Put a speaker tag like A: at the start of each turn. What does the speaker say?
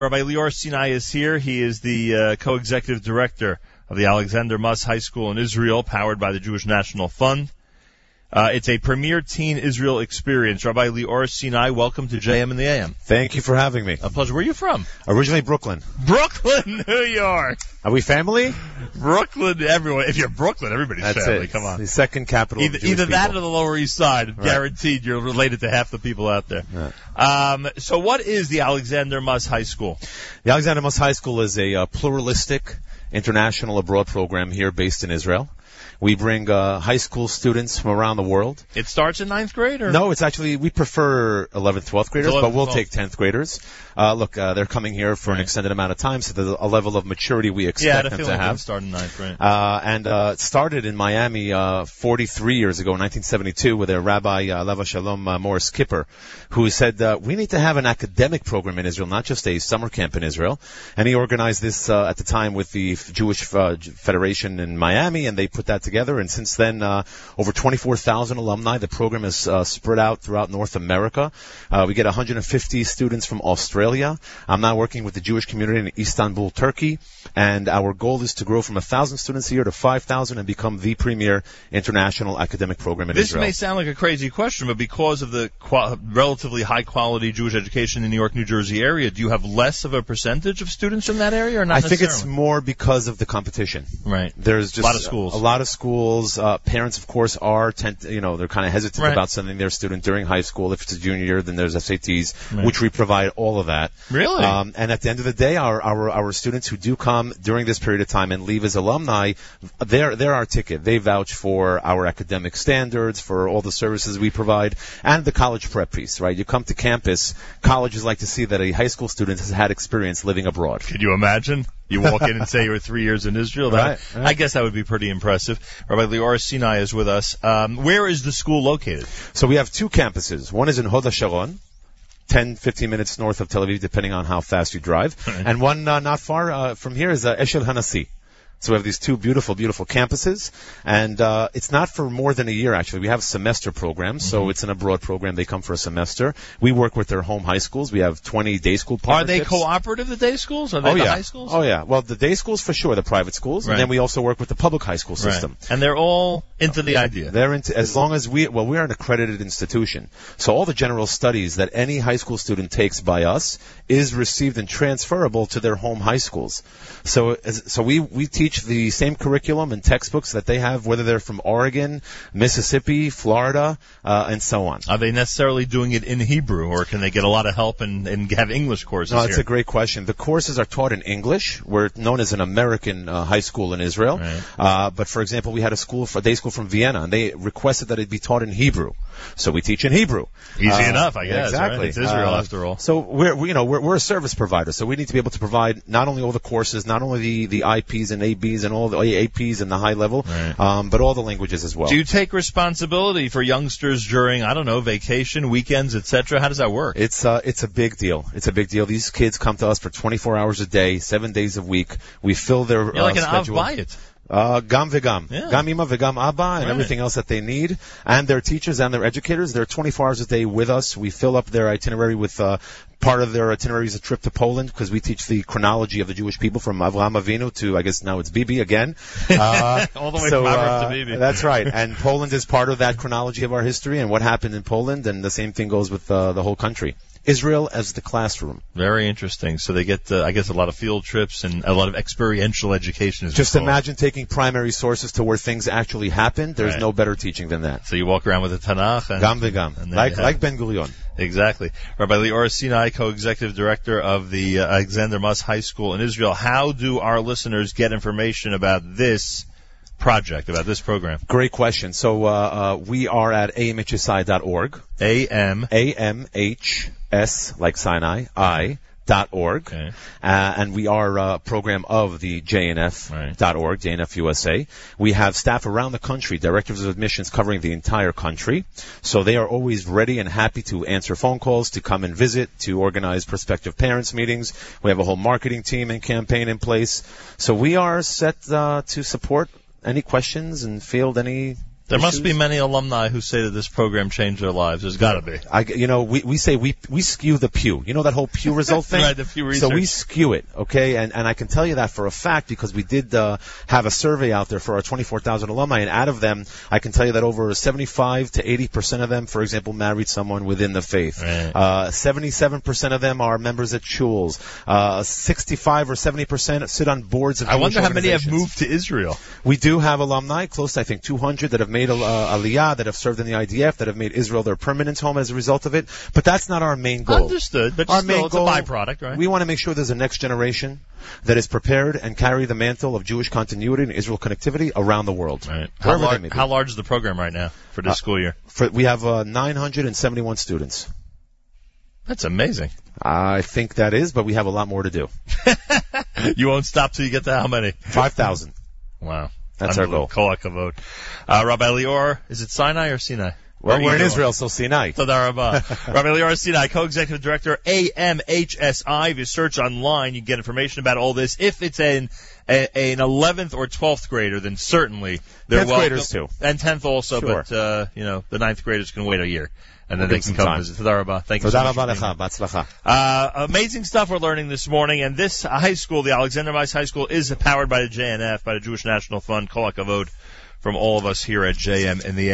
A: Rabbi Lior Sinai is here. He is the uh, co-executive director of the Alexander Muss High School in Israel, powered by the Jewish National Fund. Uh, it's a premier teen Israel experience. Rabbi Lior Sinai, welcome to JM in the AM.
B: Thank you for having me.
A: A pleasure. Where are you from?
B: Originally Brooklyn.
A: Brooklyn, New York.
B: Are we family?
A: Brooklyn, everyone. If you're Brooklyn, everybody's
B: That's
A: family.
B: it.
A: Come on.
B: The second capital.
A: Either,
B: of Jewish
A: either that or
B: people.
A: the Lower East Side. Guaranteed, you're related to half the people out there. Um, so, what is the Alexander Muss High School?
B: the Alexander Moss High School is a uh, pluralistic international abroad program here based in Israel. We bring uh, high school students from around the world.
A: It starts in ninth grade, or
B: No, it's actually we prefer 11th, 12th graders,
A: 11th,
B: but we'll
A: 12th.
B: take 10th graders. Uh, look, uh, they're coming here for an extended amount of time, so there's a level of maturity we
A: yeah, I
B: expect
A: had a
B: them
A: feeling
B: to
A: it didn't
B: have.
A: start in ninth grade.
B: Uh, and uh, it started in Miami uh, 43 years ago, in 1972, with a rabbi, uh, Lava Shalom uh, Morris Kipper, who said, uh, we need to have an academic program in Israel, not just a summer camp in Israel. And he organized this uh, at the time with the F- Jewish uh, J- Federation in Miami, and they put that together. And since then, uh, over 24,000 alumni. The program is uh, spread out throughout North America. Uh, we get 150 students from Australia. I'm now working with the Jewish community in Istanbul, Turkey, and our goal is to grow from 1,000 students a year to 5,000 and become the premier international academic program in
A: This
B: Israel.
A: may sound like a crazy question, but because of the qua relatively high quality Jewish education in the New York, New Jersey area, do you have less of a percentage of students from that area, or not?
B: I think it's
A: necessarily?
B: more because of the competition.
A: right.
B: There's just
A: A lot of schools.
B: A lot of schools. Uh, parents, of course, are tent, you know they're kind of hesitant
A: Right.
B: about sending their student during high school. If it's a junior year, then there's SATs,
A: Right.
B: which we provide all of that.
A: Really?
B: Um, and at the end of the day, our, our our students who do come during this period of time and leave as alumni, they're they're our ticket. They vouch for our academic standards, for all the services we provide, and the college prep piece. Right? You come to campus, colleges like to see that a high school student has had experience living abroad.
A: Could you imagine? You walk in and say you were three years in Israel. That,
B: Right, right.
A: I guess that would be pretty impressive. Rabbi Lior Sinai is with us. Um, where is the school located?
B: So we have two campuses. One is in Hoda Sharon, 10, 15 minutes north of Tel Aviv, depending on how fast you drive. And one uh, not far uh, from here is uh, Eshel Hanasi. So we have these two beautiful, beautiful campuses, and uh, it's not for more than a year. Actually, we have semester programs,
A: Mm-hmm.
B: so it's an abroad program. They come for a semester. We work with their home high schools. We have 20 day school
A: Are they
B: partnerships.
A: cooperative, the day schools? Are they
B: oh
A: the
B: yeah,
A: high schools?
B: oh yeah. Well, the day schools for sure, the private schools,
A: Right.
B: and then we also work with the public high school
A: Right.
B: system.
A: And they're all into the idea.
B: They're into, as long as we, well, we're an accredited institution. So all the general studies that any high school student takes by us is received and transferable to their home high schools. So, as, so we, we teach the same curriculum and textbooks that they have, whether they're from Oregon, Mississippi, Florida, uh, and so on.
A: Are they necessarily doing it in Hebrew, or can they get a lot of help and, and have English courses
B: No, that's
A: here?
B: a great question. The courses are taught in English. We're known as an American uh, high school in Israel.
A: Right.
B: Uh, but for example, we had a school, for, day school from Vienna, and they requested that it be taught in Hebrew. So we teach in Hebrew.
A: Easy
B: Uh,
A: enough, I guess. right?
B: Exactly.
A: It's Israel,
B: Uh,
A: after all.
B: So we're, we- you know, we're, we're a service provider, so we need to be able to provide not only all the courses, not only the, the IPs and ABs and all the APs and the high level,
A: Right.
B: um, but all the languages as well.
A: Do you take responsibility for youngsters during, I don't know, vacation, weekends, etc.? How does that work?
B: It's uh, it's a big deal. It's a big deal. These kids come to us for 24 hours a day, seven days a week. We fill their
A: You're
B: uh,
A: like an av
B: schedule.
A: bayit.
B: Uh, gam vegam.
A: Yeah.
B: Gam ima vegam abba and
A: Right.
B: everything else that they need. And their teachers and their educators, they're 24 hours a day with us. We fill up their itinerary with, uh, part of their itinerary is a trip to Poland because we teach the chronology of the Jewish people from Avraham Avinu to, I guess now it's Bibi again. Uh,
A: All the way
B: so,
A: from Avraham
B: uh,
A: to Bibi.
B: That's right. And Poland is part of that chronology of our history and what happened in Poland. And the same thing goes with, uh, the whole country. Israel as the classroom.
A: Very interesting. So they get, uh, I guess, a lot of field trips and a lot of experiential education. Is
B: Just
A: involved.
B: imagine taking primary sources to where things actually happened. There's
A: Right.
B: no better teaching than that.
A: So you walk around with a Tanakh. And,
B: Gam vegam.
A: And there you
B: Like,
A: have
B: like Ben Gurion.
A: Exactly. Rabbi Lior Sinai, co-executive director of the uh, Alexander Muss High School in Israel. How do our listeners get information about this project, about this program?
B: Great question. So, uh, uh, we are at amhsi.org.
A: A-M.
B: A-M-H-S, like Sinai, I, dot org.
A: Okay.
B: Uh, and we are a program of the JNF
A: Right.
B: dot org, JNF USA. We have staff around the country, directors of admissions covering the entire country. So they are always ready and happy to answer phone calls, to come and visit, to organize prospective parents meetings. We have a whole marketing team and campaign in place. So we are set uh, to support any questions and field any
A: There must be
B: issues.
A: many alumni who say that this program changed their lives. There's got to be.
B: I, you know, we, we say we, we skew the Pew. You know that whole Pew result thing?
A: Right, the Pew
B: So we
A: research.
B: skew it, okay? And, and I can tell you that for a fact because we did, uh, have a survey out there for our 24,000 alumni and out of them, I can tell you that over 75 to 80% of them, for example, married someone within the faith.
A: Right.
B: Uh, 77% of them are members at shuls. Uh, 65 or 70% sit on boards of
A: I wonder
B: Jewish
A: how many have
B: organizations.
A: moved to Israel.
B: We do have alumni, close to I think 200 that have made uh, Aliyah, that have served in the IDF, that have made Israel their permanent home as a result of it. But that's not our main goal.
A: Understood, but
B: Our main
A: still, it's a
B: goal-
A: byproduct, right?
B: We want to make sure there's a next generation that is prepared and carry the mantle of Jewish continuity and Israel connectivity around the world.
A: Right. How,
B: Wherever they
A: lar-
B: may be.
A: how large is the program right now for this
B: Uh,
A: school year?
B: For- we have uh, 971 students.
A: That's amazing.
B: I think that is, but we have a lot more to do.
A: You won't stop till you get to how many?
B: 5,000.
A: Wow.
B: That's our goal.
A: Kolak vote. Uh, Rabbi Lior, is it Sinai or Sinai?
B: Well,
A: Where
B: we're in
A: you-
B: Israel, so Sinai.
A: Toda rabba. Rabbi Lior Sinai, co-executive director, AMHSI. If you search online, you can get information about all this. If it's an a, an 11th or 12th grader, then certainly they're
B: 10th
A: welcome.
B: graders too.
A: And 10th also,
B: Sure.
A: but, uh, you know, the ninth graders can wait a year. And
B: We'll
A: then
B: give
A: they can come
B: some time.
A: visit. Toda rabba. uh, Thank you so
B: Toda
A: much.
B: rabba
A: for being here.
B: lecha. Batzlacha.
A: Uh, amazing stuff we're learning this morning, and this high school, the Alexander Mice High School, is powered by the JNF, by the Jewish National Fund. Kolak Avod from all of us here at JM in the AM.